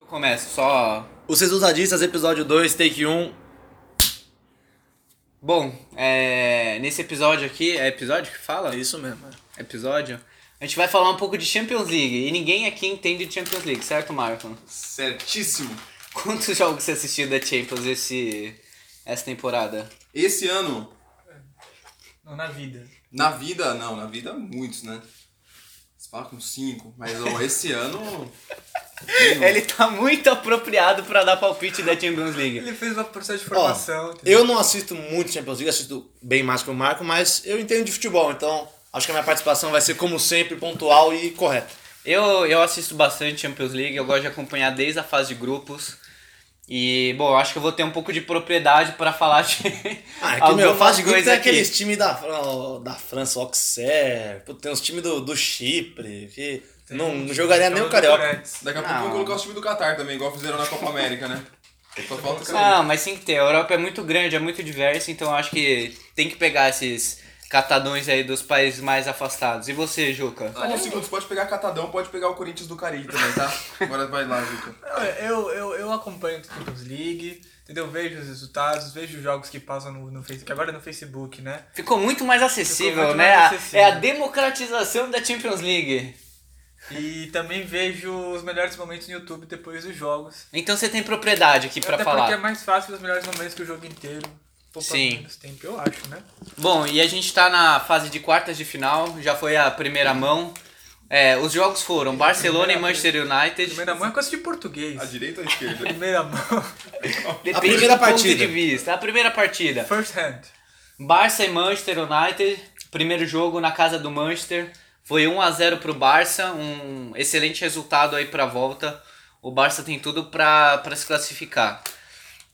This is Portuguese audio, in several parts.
Começa, só. Os Resultadistas, episódio 2, take 1. Bom, é... nesse episódio aqui, é episódio que fala? isso mesmo. é. Episódio. A gente vai falar um pouco de Champions League. E ninguém aqui entende de Champions League, certo, Marco? Certíssimo. Quantos jogos você assistiu da Champions esse... essa temporada? Esse ano, Não, na vida. na vida, não, na vida muitos, né? Você fala com cinco, mas ó, esse ano. Ele tá muito apropriado pra dar palpite da Champions League. Ele fez uma processo de Ó, formação. entendeu? eu não assisto muito Champions League, assisto bem mais que o Marco, mas eu entendo de futebol, então acho que a minha participação vai ser, como sempre, pontual e correta. Eu, eu assisto bastante Champions League, eu gosto de acompanhar desde a fase de grupos. E, bom, eu acho que eu vou ter um pouco de propriedade pra falar de. Ah, é que, meu, algumas faz de grupo coisas tem aqui. aqueles times da, Fran- da França, Auxerre, pô, tem os times do, do Chipre, que não, não jogaria nem o Então, Carioca. Torex. Daqui a pouco Não. vão colocar os times do Catar também, igual fizeram na Copa América, né? Só falta o né? Catar. Não, mas tem que ter. A Europa é muito grande, é muito diversa, então eu acho que tem que pegar esses catadões aí dos países mais afastados. E você, Juca? Ah, um segundo, você pode pegar Catadão, pode pegar o Corinthians do Caribe também, tá? Agora vai lá, Juca. Não, Eu, eu, eu acompanho a Champions League, entendeu? Vejo os resultados, vejo os jogos que passam no, no Facebook, agora é no Facebook, né? Ficou muito mais acessível, Ficou muito né? mais A- acessível. É a democratização da Champions League. E também vejo os melhores momentos no YouTube depois dos jogos. Então você tem propriedade aqui pra Até falar. porque é mais fácil os melhores momentos que o jogo inteiro. Poupa Sim. menos tempo, eu acho, né? Bom, e a gente tá na fase de quartas de final, já foi a primeira mão. É, os jogos foram Barcelona e Manchester United. Primeira mão é coisa de português. A direita ou a esquerda? Primeira mão. Depende primeira do ponto partida. de vista. A primeira É. partida. First hand. Barça e Manchester United, primeiro jogo na casa do Manchester. Foi 1 a 0 pro Barça, um excelente resultado aí pra volta. O Barça tem tudo pra pra se classificar.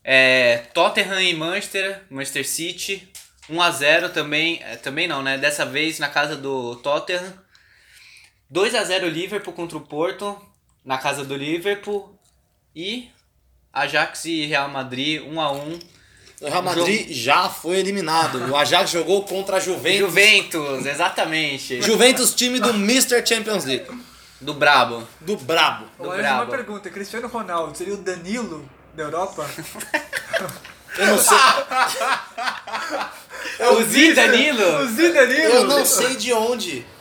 É, Tottenham e Manchester, Manchester City, 1 a 0 também, é, também não, né? Dessa vez na casa do Tottenham. 2 a 0 Liverpool contra o Porto, na casa do Liverpool. E Ajax e Real Madrid, 1 a 1. O Real Madrid já foi eliminado. O Ajax jogou contra a Juventus. Juventus, exatamente. Juventus, time do Mr. Champions League. Do Brabo. Do Brabo. Do Agora brabo. uma pergunta: Cristiano Ronaldo seria o Danilo da Europa? Eu não sei. É o Zi o Danilo? Zidanilo? Eu não sei de onde.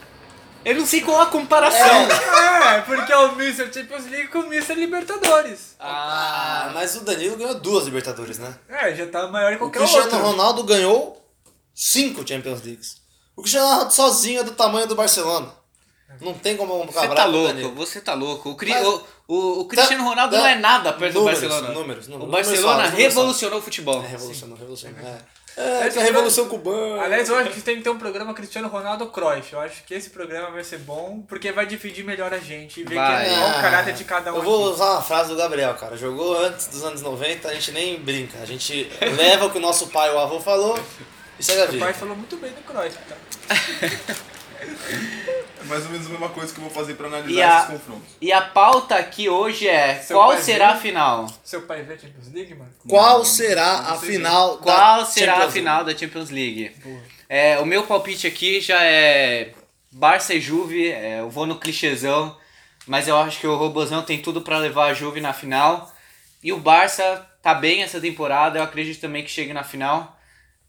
Eu não sei qual a comparação. É, porque é o Mr. Champions League com o Mr. Libertadores. Ah, mas o Danilo ganhou duas Libertadores, né? É, já tá maior que O qualquer Cristiano outro. Ronaldo ganhou cinco Champions Leagues. O Cristiano Ronaldo sozinho é do tamanho do Barcelona. Não tem como Você comparar tá com o louco, Danilo. você tá louco. O, Cri- Mas- o- o- o Cristiano Ronaldo tá- não é nada perto números, do Barcelona. números, números. o Barcelona Números falam, números revolucionou o futebol. É revolução, revolução. É, é que a revolução cubana. Aliás, eu acho que tem que ter um programa Cristiano Ronaldo Cruyff. Eu acho que esse programa vai ser bom, porque vai dividir melhor a gente e ver Vai. quem é o caráter de cada um. Ah, Eu vou aqui. usar uma frase do Gabriel, cara. Jogou antes dos anos 90, a gente nem brinca. A gente leva o que o nosso pai, o avô, falou e segue a O pai vida. falou muito bem do Cruyff, tá? É mais ou menos a mesma coisa que eu vou fazer pra analisar E a- esses confrontos. E a pauta aqui hoje é Seu qual pai será viu? a final? Seu pai vê Champions League, mano? Qual será a sei final da é. Qual será Champions a final da Champions League? É, o meu palpite aqui já é Barça e Juve, é, eu vou no clichêzão, mas eu acho que o Robozão tem tudo pra levar a Juve na final. E o Barça tá bem essa temporada, eu acredito também que chegue na final.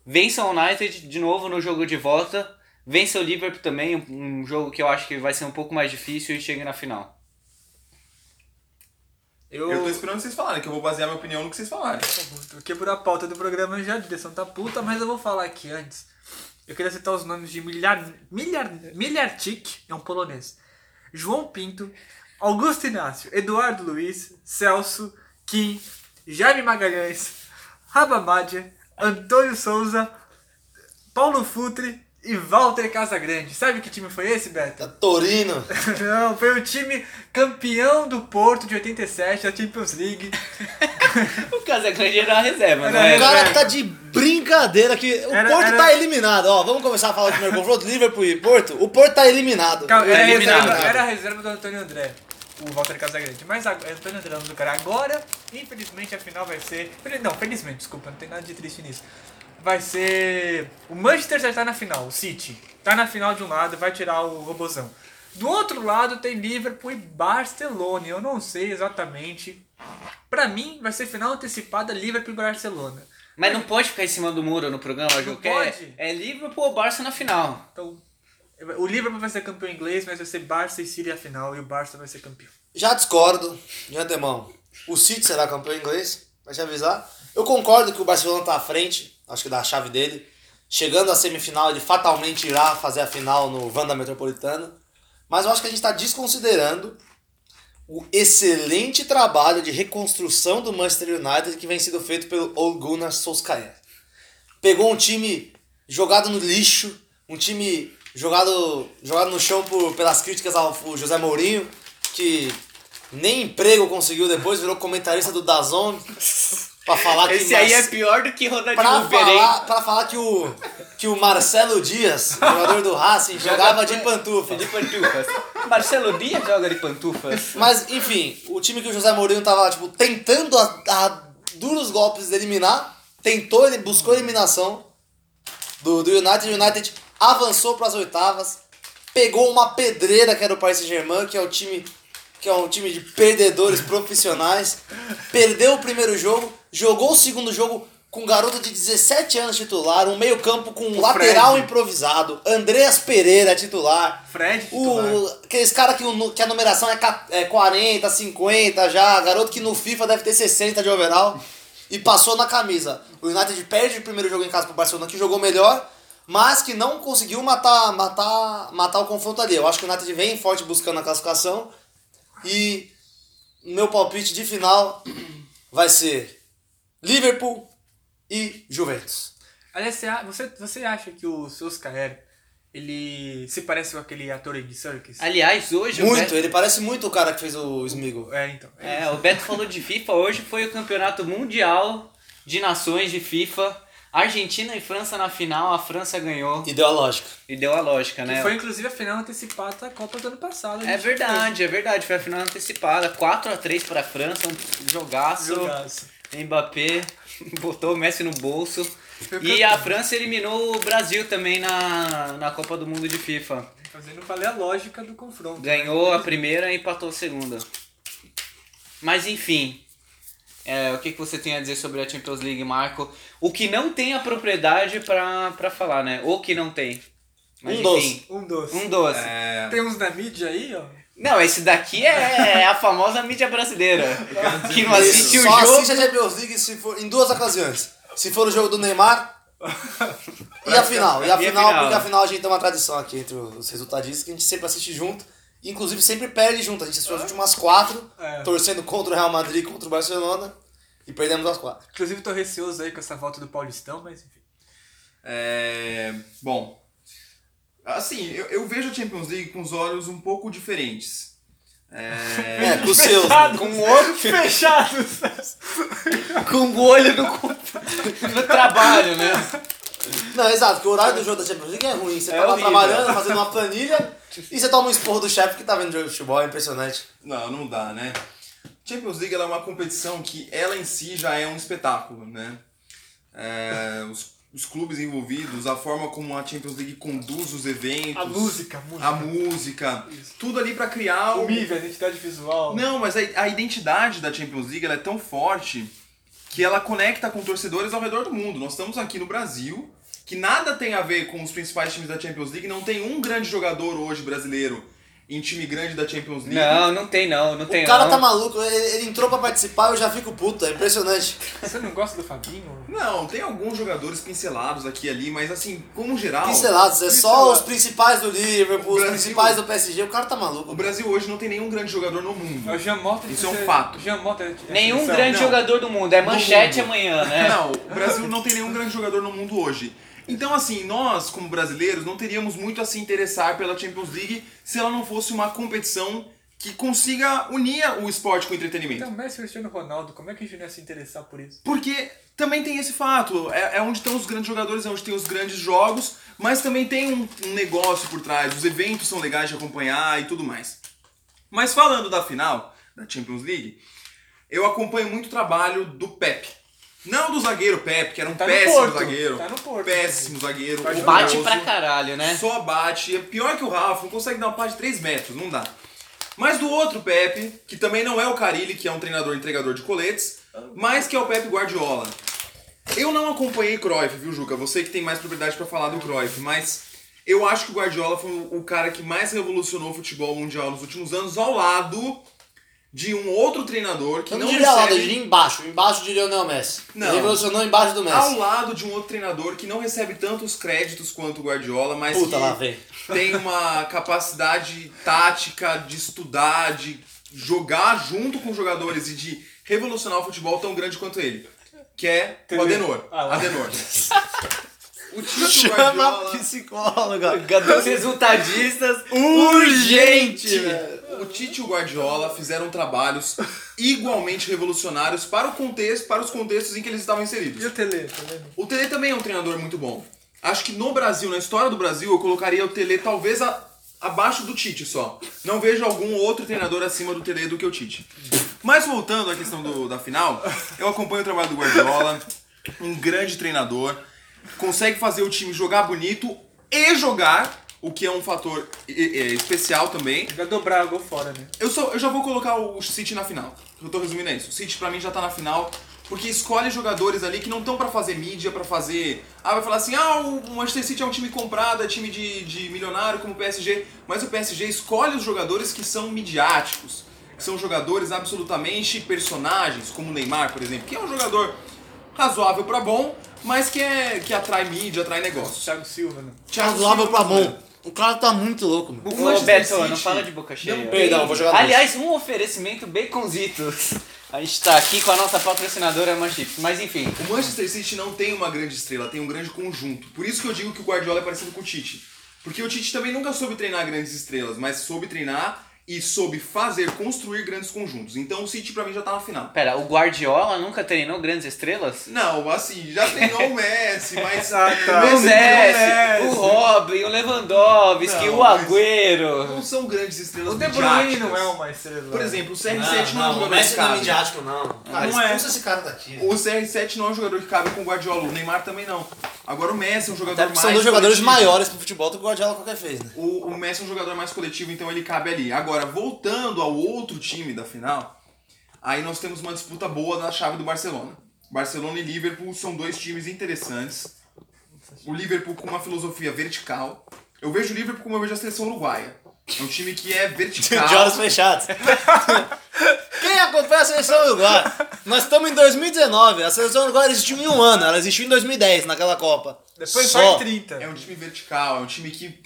Vença o United de novo no jogo de volta. Vença o Liverpool também, um um jogo que eu acho que vai ser um pouco mais difícil e chegue na final. Eu, Eu tô eu esperando vocês falarem, que eu vou basear minha opinião no que vocês falarem. quebrou a pauta do programa já, a direção tá puta, mas eu vou falar aqui antes. Eu queria citar os nomes de Milhar, Milhar, Milhartic, é um polonês, João Pinto, Augusto Inácio, Eduardo Luiz, Celso, Kim, Jaime Magalhães, Rabamadia, Antônio Souza, Paulo Futre e Walter Casagrande. Sabe que time foi esse, Beto? Da Torino. Não, foi o time campeão do Porto de 87 da Champions League. O Casagrande era a reserva, não Era- O é? cara tá de brincadeira que o né? Era- Porto era- tá eliminado. Ó, vamos começar a falar do primeiro confronto, Liverpool e Porto. O Porto tá eliminado. Calma, era, a eliminado. reserva, era a reserva do Antônio André, o Walter Casagrande. Mas agora, Antônio André é o nome do cara agora, infelizmente a final vai ser. fel- Não, felizmente, desculpa, não tem nada de triste nisso. Vai ser. O Manchester já tá na final, o City. Tá na final de um lado, vai tirar o Robozão. Do outro lado tem Liverpool e Barcelona. Eu não sei exatamente Pra mim, vai ser final antecipada Liverpool e Barcelona. Mas não pode ficar em cima do muro no programa, Ju. que pode. É, é Liverpool ou Barça na final. Então, o Liverpool vai ser campeão inglês, mas vai ser Barça e Síria a final e o Barça vai ser campeão. Já discordo, de antemão. O City será campeão inglês, vai te avisar. Eu concordo que o Barcelona tá à frente, acho que da chave dele. Chegando à semifinal, ele fatalmente irá fazer a final no Wanda Metropolitano. Mas eu acho que a gente está desconsiderando o excelente trabalho de reconstrução do Manchester United que vem sendo feito pelo Ole Gunnar Solskjaer. Pegou um time jogado no lixo, um time jogado, jogado no chão por, pelas críticas ao José Mourinho, que nem emprego conseguiu depois, virou comentarista do Dazon pra falar que Esse aí é Marce- pior do que pra Ronaldinho Verém. falar, pra falar que o que o Marcelo Dias, jogador do Racing, jogava de pantufa. De pantufas. Marcelo Dias joga de pantufas. Mas, enfim, o time que o José Mourinho tava, tipo, tentando a, a duros golpes eliminar, tentou, ele buscou a eliminação do, do United. O United avançou para as oitavas, pegou uma pedreira que era o Paris Saint-Germain, que é o time que é um time de perdedores profissionais. Perdeu o primeiro jogo, jogou o segundo jogo com um garoto de 17 anos titular, um meio-campo com um lateral Fred. improvisado, Andreas Pereira titular. Fred, titular. O, aqueles caras que, o nu- que a numeração é, ca- é 40, 50 já, garoto que no FIFA deve ter 60 de overall, e passou na camisa. O United perde o primeiro jogo em casa pro Barcelona, que jogou melhor, mas que não conseguiu matar, matar, matar o confronto ali. Eu acho que o United vem forte buscando a classificação, e meu palpite de final vai ser Liverpool e Juventus. Aliás, você a- você, você acha que o Solskjaer, ele se parece com aquele ator aí de Circus? Aliás, hoje o Muito, Beto- ele parece muito o cara que fez o Smigo. É, então. É. É, o Beto falou de FIFA. Hoje foi o campeonato mundial de nações de FIFA. Argentina e França na final. A França ganhou. Ideológico. E deu a lógica, né? Que foi inclusive a final antecipada da Copa do ano passado. a É gente verdade, é verdade. Foi a final antecipada. 4 a 3 para a França. Um fez jogaço. um jogaço. Mbappé botou o Messi no bolso. Foi E a campeão. França eliminou o Brasil também na, na Copa do Mundo de FIFA. Mas eu não falei a lógica do confronto. Ganhou a primeira e empatou a segunda. Mas enfim. é, o que, que você tem a dizer sobre a Champions League, Marco? O que não tem a propriedade pra, pra falar, né? Ou que não tem. Mas Um enfim. Um doce. Um doce. É, Tem uns na mídia aí, ó. Não, esse daqui é a famosa mídia brasileira. que não Isso, assiste o só jogo. assiste a Champions League se for, em duas ocasiões. Se for o jogo do Neymar e a final. E a E a final, final. porque a final a gente tem uma tradição aqui entre os resultadistas que a gente sempre assiste junto. Inclusive sempre perde junto. A gente assistiu as últimas quatro, É. torcendo contra o Real Madrid e contra o Barcelona. E perdemos as quatro. Inclusive tô receoso aí com essa volta do Paulistão, mas enfim. é, bom, assim, eu, eu vejo a Champions League com os olhos um pouco diferentes. É, com os seus. Fechado. né? Com o olho, Fechados! com o olho no, com- no trabalho, né? Não, exato, porque o horário do jogo da Champions League é ruim. Você É tá lá horrível. trabalhando, fazendo uma planilha e você toma um esporro do chefe que tá vendo jogo de futebol. É impressionante. Não, não dá, né? Champions League ela é uma competição que ela em si já é um espetáculo, né? É, os, os clubes envolvidos, a forma como a Champions League conduz os eventos, A música, a música. a música, Isso. tudo ali pra criar um O o, MIV, a identidade visual. Não, mas a, a identidade da Champions League ela é tão forte que ela conecta com torcedores ao redor do mundo. Nós estamos aqui no Brasil, que nada tem a ver com os principais times da Champions League, não tem um grande jogador hoje brasileiro em time grande da Champions League. Não, não tem não, não tem O cara não. tá maluco, ele, ele entrou pra participar eu já fico puto. É impressionante. Você não gosta do Fabinho? Não, tem alguns jogadores pincelados aqui e ali, mas assim, como geral, Pincelados, é só Pincelados. os principais do Liverpool, O os Brasil- principais do PSG. O cara tá maluco. o Brasil hoje não tem nenhum grande jogador no É o mundo. Jean Mota. Isso é um fato. Jean Mota. é- é Nenhum seleção. grande não. jogador do mundo. É manchete mundo. amanhã, né? Não, o Brasil não tem nenhum grande jogador no mundo hoje. Então, assim, nós, como brasileiros, não teríamos muito a se interessar pela Champions League se ela não fosse uma competição que consiga unir o esporte com o entretenimento. Então, Messi e Cristiano Ronaldo, como é que a gente não ia se interessar por isso? Porque também tem esse fato, é, é onde estão os grandes jogadores, é onde tem os grandes jogos, mas também tem um, um negócio por trás, os eventos são legais de acompanhar e tudo mais. Mas falando da final da Champions League, eu acompanho muito o trabalho do Pepe. Não do zagueiro Pepe, que era um Tá no péssimo Porto, zagueiro. tá no Porto. Péssimo zagueiro. Tá jogando. Bate horroroso. pra caralho, né? É um Só bate. É pior que o Rafa, não consegue dar uma parte de 3 metros, não dá. Mas do outro Pepe, que também não é o Carilli, que é um treinador entregador de coletes, mas que é o Pepe Guardiola. Eu não acompanhei Cruyff, viu, Juca? Você que tem mais propriedade pra falar do Cruyff, mas eu acho que o Guardiola foi o cara que mais revolucionou o futebol mundial nos últimos anos, ao lado de um outro treinador que Eu não não diria lá, eu recebe- diria embaixo, embaixo de Lionel Messi. Não. Ele revolucionou embaixo do ao Messi. lado de um outro treinador que não recebe tantos créditos quanto o Guardiola, mas Puta, que lá vem. tem uma capacidade tática de estudar, de jogar junto com os jogadores e de revolucionar o futebol tão grande quanto ele. Que é o Entendeu? Adenor. Ah, lá. Adenor. O Tito Chama a Guardiola. psicóloga. Jogadores resultadistas Um Urgente! O Tite e o Guardiola fizeram trabalhos igualmente revolucionários para o contexto, para os contextos em que eles estavam inseridos. E o Tele, tá vendo? O Tele também é um treinador muito bom. Acho que no Brasil, na história do Brasil, eu colocaria o Tele talvez a- abaixo do Tite só. Não vejo algum outro treinador acima do Tele do que o Tite. Mas voltando à questão do- da final, eu acompanho o trabalho do Guardiola, um grande treinador, consegue fazer o time jogar bonito e jogar, o que é um fator e- e- especial também. Vai dobrar gol fora, né? Eu, só, eu já vou colocar o City na final. Eu tô resumindo isso. O City pra mim já tá na final. Porque escolhe jogadores ali que não estão pra fazer mídia, pra fazer. Ah, vai falar assim: ah, o Manchester City é um time comprado, é time de, de milionário como o PSG. Mas o PSG escolhe os jogadores que são midiáticos. Que são jogadores absolutamente personagens, como o Neymar, por exemplo, que é um jogador razoável pra bom, mas que, é, que atrai mídia, atrai negócios. Thiago Silva, né? Thiago Razoável Silva, né? pra bom. O cara tá muito louco, mano. O Ô, Manchester Beto, não City fala de boca cheia. não Perdão, vou jogar dois. Aliás, um oferecimento baconzitos. A gente tá aqui com a nossa patrocinadora Manchips. Mas enfim, O Manchester City não tem uma grande estrela, tem um grande conjunto. Por isso que eu digo que o Guardiola é parecido com o Tite. Porque o Tite também nunca soube treinar grandes estrelas, mas soube treinar e soube fazer, construir grandes conjuntos. Então o City pra mim já tá na final. pera, o Guardiola nunca treinou grandes estrelas? Não, assim, já treinou o Messi, mas. Ah, tá. O Não, Messi, Messi. o Robin, o Lewandowski, Não, o mas- Agüero. Não são grandes estrelas. O De Bruyne midiáticas. não é uma estrela. Por exemplo, o CR7 não, é um jogador que cabe. midiático, não. Cara, Não é. expulsa esse cara daqui. O CR7 não é um jogador que cabe com o Guardiola. O Neymar também não. Agora o Messi é um jogador Até porque mais. são dois jogadores coletivo. maiores pro futebol do que o Guardiola qualquer fez, né? O, o Messi é um jogador mais coletivo, então ele cabe ali. Agora, voltando ao outro time da final, aí nós temos uma disputa boa na chave do Barcelona. Barcelona e Liverpool são dois times interessantes. O Liverpool com uma filosofia vertical. Eu vejo o Liverpool como eu vejo a seleção uruguaia. É um time que é vertical. De olhos fechados. Quem acompanha a seleção uruguaia? Nós estamos em 2019. A seleção uruguaia existiu em um ano. Ela existiu em 2010, naquela Copa. Depois Só. vai 30. É um time vertical, é um time que.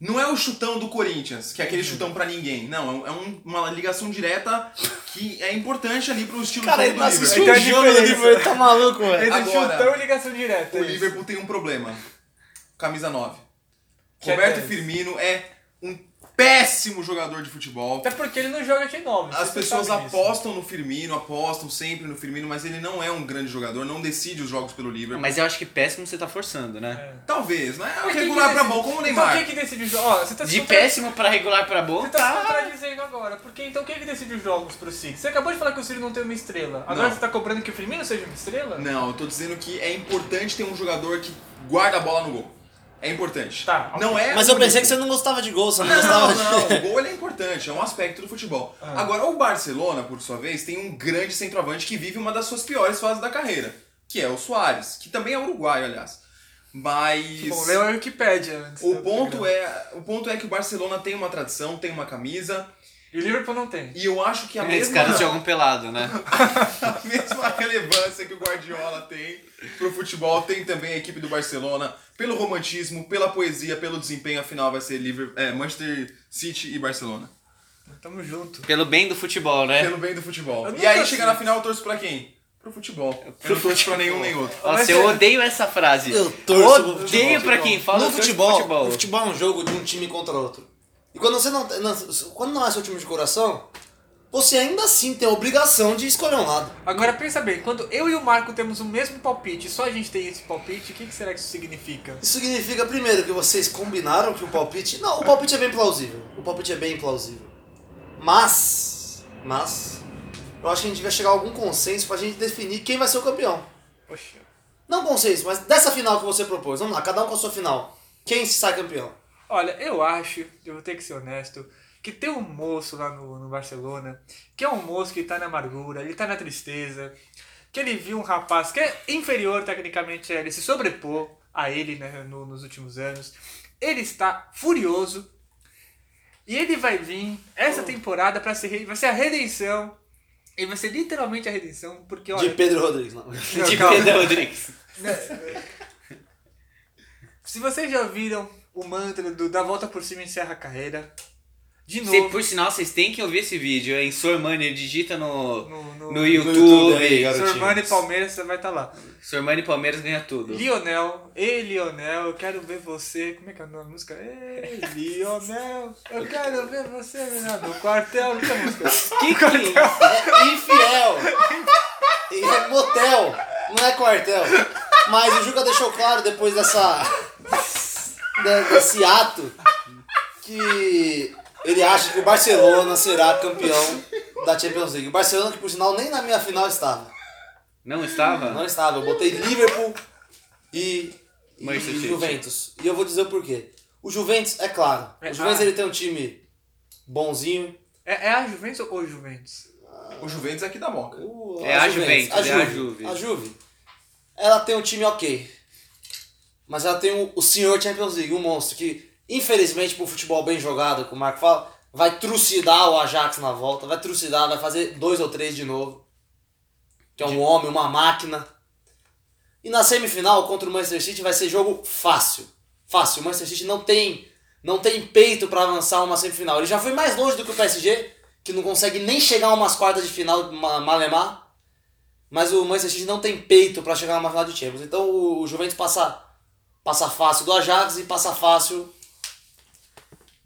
Não é o chutão do Corinthians, que é Uhum. aquele chutão pra ninguém. Não, é um- uma ligação direta que é importante ali pro estilo de Cara, jogo ele do não assistiu Liverpool. o Então jogo é do diferença. Liverpool. Ele tá maluco, velho. Entre Agora- chutão e ligação direta. O é isso. Liverpool tem um problema. Camisa 9. Que Roberto é dez. Firmino é um péssimo jogador de futebol. Até porque ele não joga de nome. As você pessoas sabe disso. apostam no Firmino, apostam sempre no Firmino, mas ele não é um grande jogador, não decide os jogos pelo Liverpool. Mas eu acho que péssimo você tá forçando, né? Talvez, né? É Mas quem regular que pra decide- bom, como o Então Neymar. quem que decide os jogos? Ó, você tá se De contra- péssimo pra regular pra bom, Você tá se contradizendo agora. Porque então quem que decide os jogos pro City? Você acabou de falar que o City não tem uma estrela. Agora Não. você tá cobrando que o Firmino seja uma estrela? Não, eu tô dizendo que é importante ter um jogador que guarda a bola no gol. É importante. Tá, ok. Não é Mas eu único. pensei que você não gostava de gol, você não Não, gostava de... não, o gol ele é importante, é um aspecto do futebol. Agora, o Barcelona, por sua vez, tem um grande centroavante que vive uma das suas piores fases da carreira, que é o Soares, que também é uruguaio, aliás. Mas Bom, né? leu a Wikipédia antes. tá o do ponto programa. é, o ponto é que o Barcelona tem uma tradição, tem uma camisa, E o Liverpool não tem. e eu acho que a esses mesma caras jogam pelado, né? a mesma relevância que o Guardiola tem pro futebol, tem também a equipe do Barcelona, pelo romantismo, pela poesia, pelo desempenho, afinal vai ser Liver- é, Manchester City e Barcelona. Tamo junto. Pelo bem do futebol, né? É. pelo bem do futebol. Eu E aí nunca chega fiz. na final eu torço pra quem? Pro futebol. Eu Pro não torço pra nenhum nem outro. Nossa, Mas eu é- odeio essa frase. Eu torço pro Odeio futebol. pra quem fala no eu torço pro futebol, o futebol é um jogo de um time contra outro. E quando você não, não- quando não é seu time de coração, você ainda assim tem a obrigação de escolher um lado. Agora pensa bem, quando eu e o Marco temos o mesmo palpite, só a gente tem esse palpite, o que, que será que isso significa? Isso significa, primeiro, que vocês combinaram que o palpite. Não, o palpite é bem plausível. O palpite é bem plausível. Mas. Mas. Eu acho que a gente vai chegar a algum consenso pra gente definir quem vai ser o campeão. Poxa. Não consenso, mas dessa final que você propôs. Vamos lá, cada um com a sua final. Quem se sai campeão? Olha, eu acho, eu vou ter que ser honesto, que tem um moço lá no, no Barcelona, que é um moço que tá na amargura, ele tá na tristeza, que ele viu um rapaz que é inferior tecnicamente a ele, se sobrepor a ele né, no- nos últimos anos. Ele está furioso e ele vai vir essa temporada para ser, re- vai ser a redenção. E vai ser literalmente a redenção, porque De Então, olha. Pedro Rodrigues, não. Não, de calma. Pedro Tipo, Rodrigues. Né? Se vocês já ouviram o mantra do da volta por cima encerra a carreira, de Se, novo. por sinal, vocês têm que ouvir esse vídeo, hein? Sormani, digita no, no, No, no, YouTube. YouTube aí, garoto. Sorvani e Palmeiras, você vai estar lá. Sormani Palmeiras ganha tudo. Lionel, ei Lionel, eu quero ver você. Como é que é o nome da música? Ei, Lionel, eu quero ver você, menino. No quartel, não tem música. Que que... É infiel. E é motel, não é quartel. Mas o Juca deixou claro depois dessa. de- desse ato que ele acha que o Barcelona será campeão da Champions League. O Barcelona, que por sinal nem na minha final estava. Não estava? Não estava. Eu botei Liverpool e, e Manchester City. Juventus. E eu vou dizer o porquê. O Juventus, é claro. É, O Juventus ah. ele tem um time bonzinho. É, é a Juventus ou o Juventus? O Juventus é aqui da Moca. O- É a Juventus, é a Juve. Uh, A Juve. Ela tem um time ok. Mas ela tem o, o senhor Champions League, um monstro, que, infelizmente, pro futebol bem jogado, como o Marco fala, vai trucidar o Ajax na volta, vai trucidar, vai fazer dois ou três de novo. Que é um homem, uma máquina. E na semifinal contra o Manchester City vai ser jogo fácil. Fácil. O Manchester City não tem, não tem peito pra avançar uma semifinal. Ele já foi mais longe do que o PSG, que não consegue nem chegar a umas quartas de final ma- malemar. Mas o Manchester City não tem peito pra chegar numa final de Champions. Então o o Juventus passa, passa fácil do Ajax e passa fácil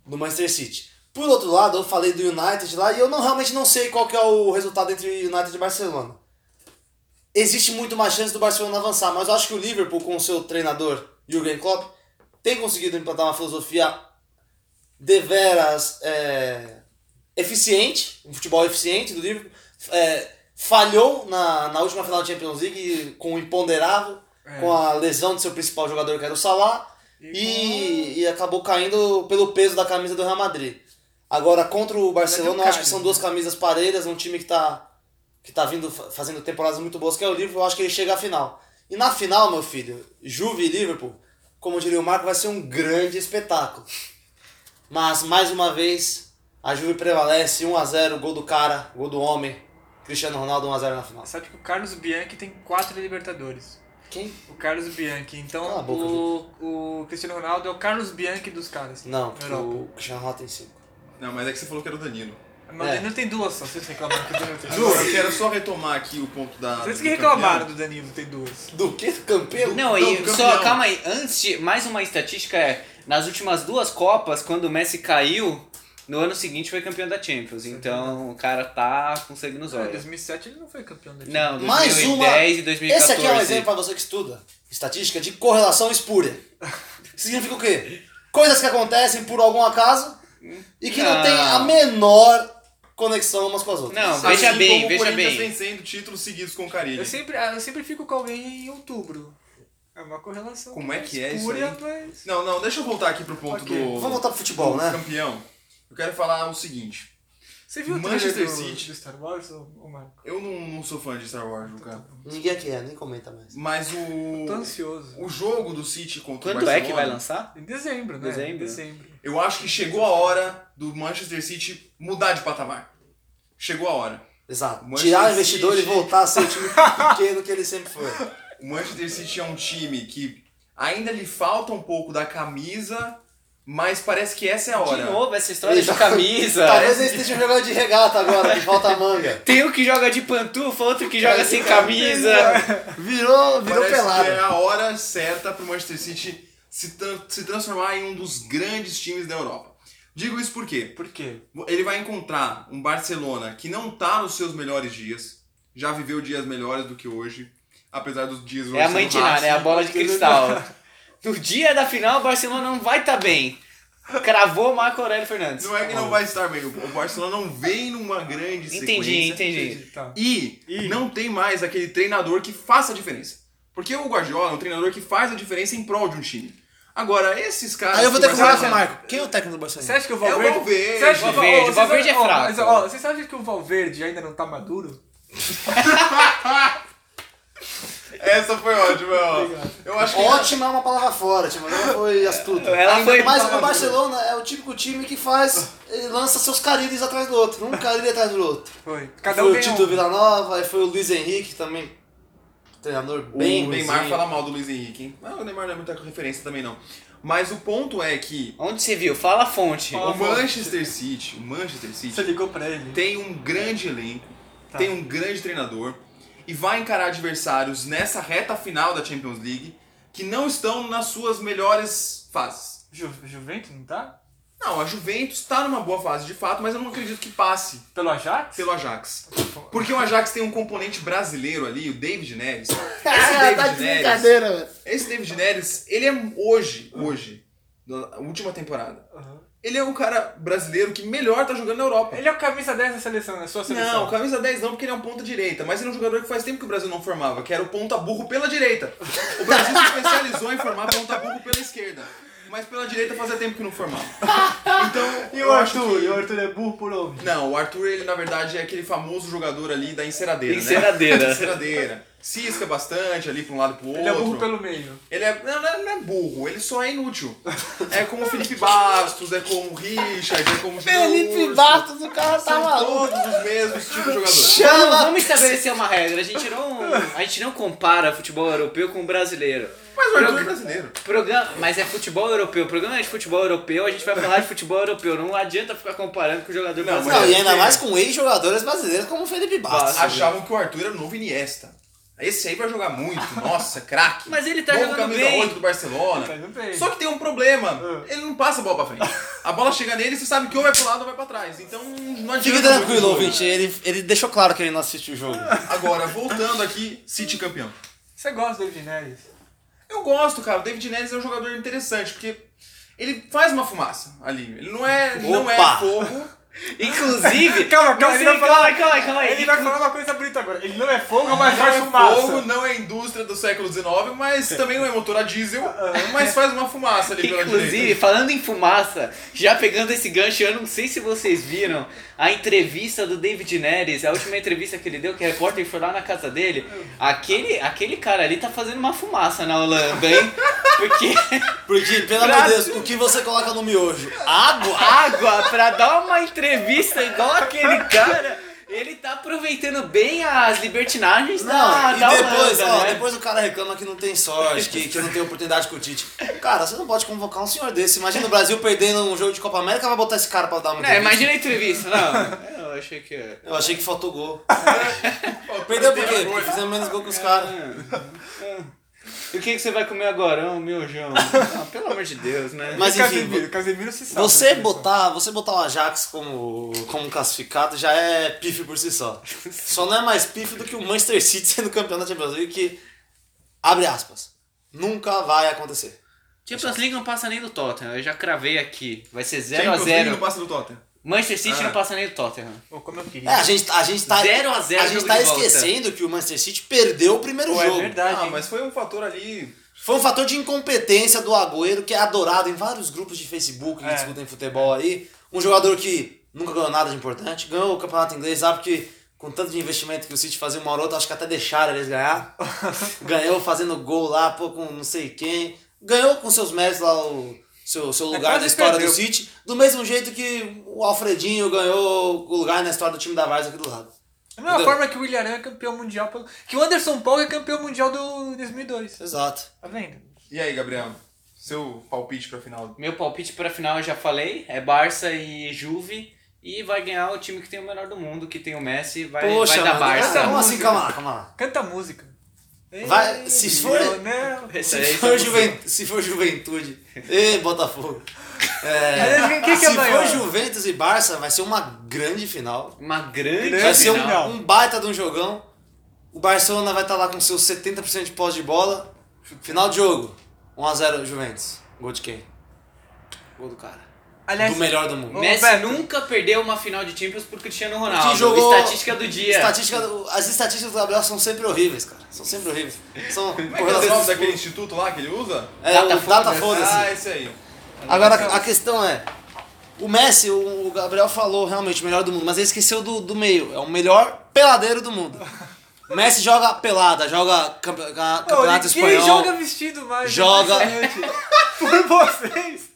do Manchester City. Por outro lado, eu falei do United lá e eu não realmente não sei qual que é o resultado entre United e Barcelona existe muito mais chance do Barcelona avançar, mas eu acho que o Liverpool com o seu treinador Jürgen Klopp tem conseguido implantar uma filosofia deveras é, eficiente, um futebol eficiente do Liverpool. É, falhou na, na última final da Champions League com o imponderável, É. com a lesão do seu principal jogador que era o Salah e, e acabou caindo pelo peso da camisa do Real Madrid. Agora contra o Barcelona, eu acho que são duas camisas parelhas, um time que tá que tá vindo fa- fazendo temporadas muito boas, que é o Liverpool, eu acho que ele chega à final. E na final, meu filho, Juve e Liverpool, como diria o Marco, vai ser um grande espetáculo. Mas mais uma vez, a Juve prevalece 1 a 0, gol do cara, gol do homem. Cristiano Ronaldo 1 a 0 na final. Sabe que o Carlos Bianchi tem quatro Libertadores. Quem? O Carlos Bianchi. Então Cala a boca, o, o Cristiano Ronaldo é o Carlos Bianchi dos caras. Não, Na Europa. o Cristiano Ronaldo tem 5. Não, mas é que você falou que era o Danilo. Mas É. ele não tem duas só, vocês reclamaram que o Danilo tem Ju, duas. eu quero só retomar aqui o ponto da. Vocês do que campeão. reclamaram do Danilo tem duas. Do que? Campeão? Não, Não, e campeão. só, calma aí, antes de, mais uma estatística é, nas últimas duas Copas, quando o Messi caiu, no ano seguinte foi campeão da Champions, então o cara tá com sangue nos Em olhos. 2007 ele não foi campeão da Não, Mais 2010 uma. e 2014. Esse aqui é um exemplo pra você que estuda estatística de correlação espúria. Significa o quê? Coisas que acontecem por algum acaso e que não, Não. têm a menor conexão umas com as outras. Não, Assim veja bem, como veja o Corinthians bem. vencendo títulos seguidos com carinho. Eu sempre, ah, eu sempre fico com alguém em outubro. É uma correlação. Como é que é isso escura, aí? mas... Não, não, deixa eu voltar aqui pro ponto Ok, do. Vamos voltar pro futebol, do né? Campeão. Eu quero falar o seguinte. Você viu o Manchester trailer do, City. do Star Wars, ô, ô Marco? Eu não, não sou fã de Star Wars, Luca. Ninguém aqui é, nem comenta mais. Mas o. Tô ansioso. O jogo do City contra o Quando Barcelona. é que vai lançar? Em dezembro, né? Dezembro. Dezembro. Eu acho que chegou a hora do Manchester City mudar de patamar. Chegou a hora. Exato. Manchester Tirar o investidor City. e voltar a ser o time pequeno que ele sempre foi. O Manchester City é um time que ainda lhe falta um pouco da camisa, mas parece que essa é a hora. De novo, essa história de Exato. camisa. Talvez eles estejam jogando de regata agora, que falta a manga. Tem um que joga de pantufa, outro que joga sem camisa. Virou, virou Parece pelado. que é a hora certa para o Manchester City se, tran- se transformar em um dos grandes times da Europa. Digo isso porque Por quê? ele vai encontrar um Barcelona que não tá nos seus melhores dias, já viveu dias melhores do que hoje, apesar dos dias um É a hoje mãe sendo Tiná, rasos. né? A bola de cristal. No dia da final, o Barcelona não vai estar bem. Cravou o Marco Aurélio Fernandes. Não é que não vai estar bem, o Barcelona não vem numa grande sequência. Entendi, entendi. Tá. E, não tem mais aquele treinador que faça a diferença. Porque o Guardiola é um treinador que faz a diferença em prol de um time. Agora, esses caras. Aí eu vou ter que conversaram- falar com o Marco. Quem é o técnico do Barcelona? Você acha que o É o Valverde. Valverde, Você acha que o Valverde, ó, o vocês acham- Valverde é ó, fraco. Mas, ó, vocês acham que o Valverde ainda não tá maduro? Essa foi ótima, ó. Eu acho que. Ótima é uma palavra fora, tipo, não foi astuto. Ela Ainda foi mais palavra o Barcelona é o típico time que faz, ele lança seus carilhos atrás do outro, um carilho atrás do outro. Foi. Cada foi um o tem Tito um. Villanova, aí foi o Luiz Henrique também, treinador bem o Neymar ruimzinho. fala mal do Luiz Henrique, hein? Não, o Neymar não é muita referência também, não. Mas o ponto é que Onde se viu? Fala a fonte. Fala. o Manchester City, o Manchester Você City ligou pra ele? tem um grande elenco, Tá. tem um grande treinador e vai encarar adversários nessa reta final da Champions League que não estão nas suas melhores fases. Ju, Juventus, não tá? Não, a Juventus está numa boa fase de fato, mas eu não acredito que passe Pelo Ajax? pelo Ajax. Porque o Ajax tem um componente brasileiro ali, o David Neres. Esse Ah, tá David de Neres- brincadeira, velho. Esse David Neres, ele é hoje, hoje, na última temporada, Aham. ele é o cara brasileiro que melhor tá jogando na Europa. Ele é o camisa 10 da seleção, da sua seleção. Não, camisa 10 não, porque ele é um ponta direita, mas ele é um jogador que faz tempo que o Brasil não formava, que era o ponta burro pela direita. O Brasil se especializou em formar ponta burro pela esquerda. Mas pela direita fazia tempo que não formava. Então, eu acho que... Arthur é burro por onde? Não, o Arthur, ele na verdade é aquele famoso jogador ali da enceradeira, né? Enceradeira. Enceradeira. Cisca bastante ali pra um lado e pro outro. Ele é burro pelo meio. Ele é, não, não é- não é burro, ele só é inútil. É como o Felipe Bastos, é como o Richard, é como o Júnior Felipe Urso. Bastos, o cara tá São maluco. todos os mesmos tipos de jogador. Vamos, Chama! vamos estabelecer uma regra. A gente não, a gente não compara futebol europeu com brasileiro. Mas o Arthur é brasileiro. Programa, mas é futebol europeu. Programa de futebol europeu, a gente vai falar de futebol europeu. Não adianta ficar comparando com o jogador Não, Não, brasileiro. e ainda mais com ex-jogadores brasileiros como o Felipe Assim, Bastos. Achavam que o Arthur era o novo Iniesta. Esse aí vai jogar muito, nossa, craque. Mas ele tá Novo jogando camisa bem. 8 do Barcelona. Tá indo bem. Ah. Só que tem um problema, ele não passa a bola pra frente. A bola chega nele e você sabe que ou vai pro lado ou vai pra trás. Então não adianta. Fique muito tranquilo, jogo. ouvinte, ele, ele deixou claro que ele não assistiu o jogo. Agora, voltando aqui, City campeão. Você gosta do David Neres? Eu gosto, cara. O David Neres é um jogador interessante, porque ele faz uma fumaça ali. Ele não é, não é Opa! fogo. Inclusive. Calma, não calma, ele sei, vai falar- calma, calma, calma aí. Ele vai falar uma coisa bonita agora. Ele não é fogo, Não mas faz é fumaça. fogo, não é indústria do século XIX, mas também não é motor a diesel, mas faz uma fumaça ali pela Inclusive, direita. falando em fumaça, já pegando esse gancho, eu não sei se vocês viram a entrevista do David Neres, a última entrevista que ele deu, que a repórter foi lá na casa dele. Aquele, aquele cara ali tá fazendo uma fumaça na Holanda, hein? Porque Porque, pelo amor de Deus, o que você coloca no miojo? Água? água pra dar uma entrevista igual aquele cara, ele tá aproveitando bem as libertinagens da, da Não, e depois, Holanda, ó, né? depois o cara reclama que não tem sorte, que, que não tem oportunidade com o Tite. Cara, você não pode convocar um senhor desse. Imagina o Brasil perdendo um jogo de Copa América, vai botar esse cara pra dar uma É, entrevista. imagina a entrevista, não. Eu achei que. Eu achei que faltou gol. Faltou Perdeu por primeiro quê? Porque fizemos menos gol que os caras. E o que, que você vai comer agora, ô miojão? Ah, pelo amor de Deus, né? Mas Mas enfim, Casemiro, Casemiro se salva. Você é né? botar, você botar o Ajax como, como classificado já é pife por si só. Só não é mais pife do que o Manchester City sendo campeão da Champions League, que, abre aspas, nunca vai acontecer. Champions League não passa nem do Tottenham, eu já cravei aqui. Vai ser Champions League no 0x0. passe do Tottenham. Manchester City Ah. não passa nem do Tottenham. Pô, como eu É, queria. a gente, a gente tá, 0 a 0 a gente jogo tá de volta. esquecendo que o Manchester City perdeu o primeiro Pô, é jogo. verdade. Ah, hein? mas foi um fator ali. Foi um fator de incompetência do Agüero, que é adorado em vários grupos de Facebook que É. discutem futebol aí. Um jogador que nunca ganhou nada de importante, ganhou o campeonato inglês lá porque com tanto de investimento que o City fazia uma hora ou outra, acho que até deixaram eles ganhar. ganhou fazendo gol lá, pô, com não sei quem. Ganhou com seus méritos lá o seu, seu lugar É, quase na história perdeu. do City. Do mesmo jeito que o Alfredinho ganhou o lugar na história do time da Varsa aqui do lado. Da mesma Entendeu? forma que o Willian é campeão mundial pelo... Que o Anderson Paul é campeão mundial do 2002. Exato. Tá vendo? E aí, Gabriel? Seu palpite pra final. Meu palpite pra final eu já falei, é Barça e Juve. E vai ganhar o time que tem o melhor do mundo, que tem o Messi, vai, Poxa, vai dar mano, Barça. calma assim, Música. calma lá, calma lá. Canta a música. Vai- Ei, se for- é Lionel. é Esse Se aí for, tá juven... se for Juventude. Ê, Botafogo. É, Aliás, quem- quem que é se maior? for Juventus e Barça, vai ser uma grande final. Uma grande Grande Vai ser final. final. um, um baita de um jogão. O Barcelona vai estar lá com seus 70% de pós de bola. um Final de jogo. 1x0 Juventus. Gol de quem? Gol do cara. Aliás, do melhor do mundo. Ô, Messi Beto. nunca perdeu uma final de Champions por Cristiano Ronaldo. Que jogou- Estatística do dia. Estatística, as estatísticas do Gabriel são sempre horríveis, cara. São sempre horríveis. São Como é que é o nome daquele instituto lá que ele usa? É, o Datafolha? data Ah, foda-se. esse aí. Agora, a questão é... O Messi, o o Gabriel falou realmente o melhor do mundo, mas ele esqueceu do, do meio. É o melhor peladeiro do mundo. O Messi joga pelada, joga campe- ca- Ô, campeonato ninguém espanhol. joga vestido mais. Joga. Por vocês.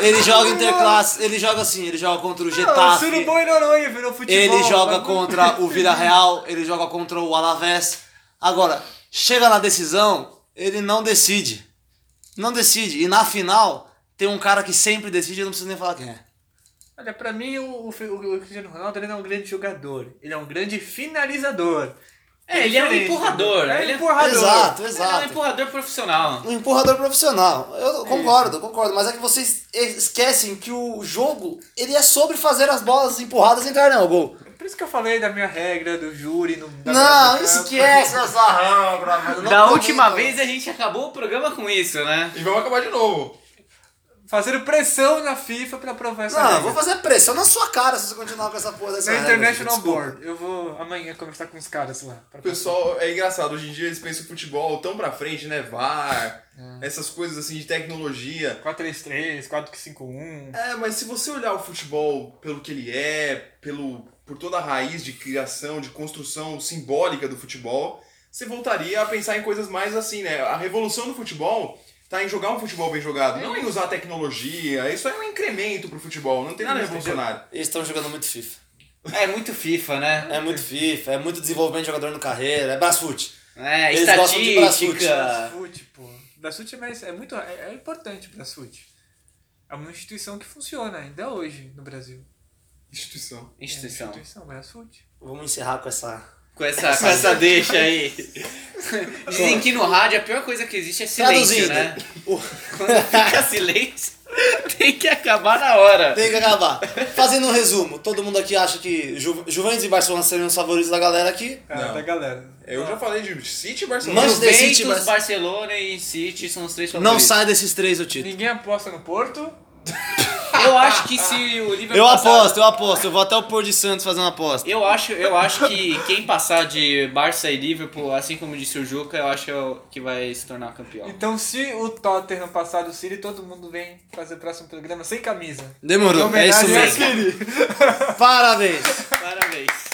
Ele joga interclasse, ele joga assim, ele joga contra o né? Não, Getafe. Surubom e Noronha virou futebol. Ele joga bagulho. contra o Vila Real, ele joga contra o Alavés. Agora, chega na decisão, ele não decide. Não decide. E na final, tem um cara que sempre decide, eu não preciso nem falar quem é. Olha, pra mim o, o, o Cristiano Ronaldo ele não é um grande jogador. Ele é um grande finalizador. É, ele é um diferente, empurrador, né? É ele um é- empurrador. Exato, Ele é um exato. empurrador profissional. Um empurrador profissional. Eu concordo, concordo. Mas é que vocês esquecem que o jogo, ele é sobre fazer as bolas empurradas entrarem ao gol. Por isso que eu falei da minha regra, do júri. No, da Não, da- esquece essa Ah, regra, mano. Não da comenta. última vez a gente acabou o programa com isso, né? E vamos acabar de novo. Fazendo pressão na FIFA pra aprovar essa Não, regra. eu vou fazer pressão na sua cara se você continuar com essa porra dessa Na regra, International desculpa. Board. Eu vou amanhã conversar com os caras lá. pra- O pessoal é engraçado, hoje em dia eles pensam em futebol tão pra frente, né? VAR, essas coisas assim de tecnologia. 4-3-3, 4-5-1. É, mas se você olhar o futebol pelo que ele é, pelo por toda a raiz de criação, de construção simbólica do futebol, você voltaria a pensar em coisas mais assim, né? A revolução do futebol tá em jogar um futebol bem jogado, não em usar tecnologia. Isso aí é um incremento pro futebol, não tem nada Isso, revolucionário. Eles estão jogando muito FIFA. É muito FIFA, né? É muito FIFA, é muito desenvolvimento de jogador no carreira, é brasfute. É, Eles gostam de né? estatística. Brasfoot, pô. Brasfoot é, mais, é muito. É, é importante Brasfoot. É uma instituição que funciona ainda hoje no Brasil. Instituição. É Instituição. uma instituição, Brasfoot. Vamos encerrar com essa. Com essa, com essa deixa aí. Dizem que no rádio a pior coisa que existe é silêncio, Traduzindo. né? O- Quando fica silêncio, tem que acabar na hora. Tem que acabar. Fazendo um resumo, todo mundo aqui acha que Ju... Juventus e Barcelona seriam os favoritos da galera aqui. Cara, Não. da galera. É, Eu já falei de City e Barcelona. Manchester City, Juventus, Barce- Barcelona e City são os três Não favoritos. sai desses três o título. Ninguém aposta no Porto. Eu acho que se o Liverpool Eu passar- aposto, eu aposto. Eu vou até o Pôr de Santos fazer uma aposta. Eu acho, eu acho que quem passar de Barça e Liverpool, assim como disse o Juca, eu acho que vai se tornar campeão. Então, se o Tottenham passar do City, todo mundo vem fazer o próximo programa sem camisa. Demorou, é isso Homenagem ao mesmo. City. Parabéns. Parabéns.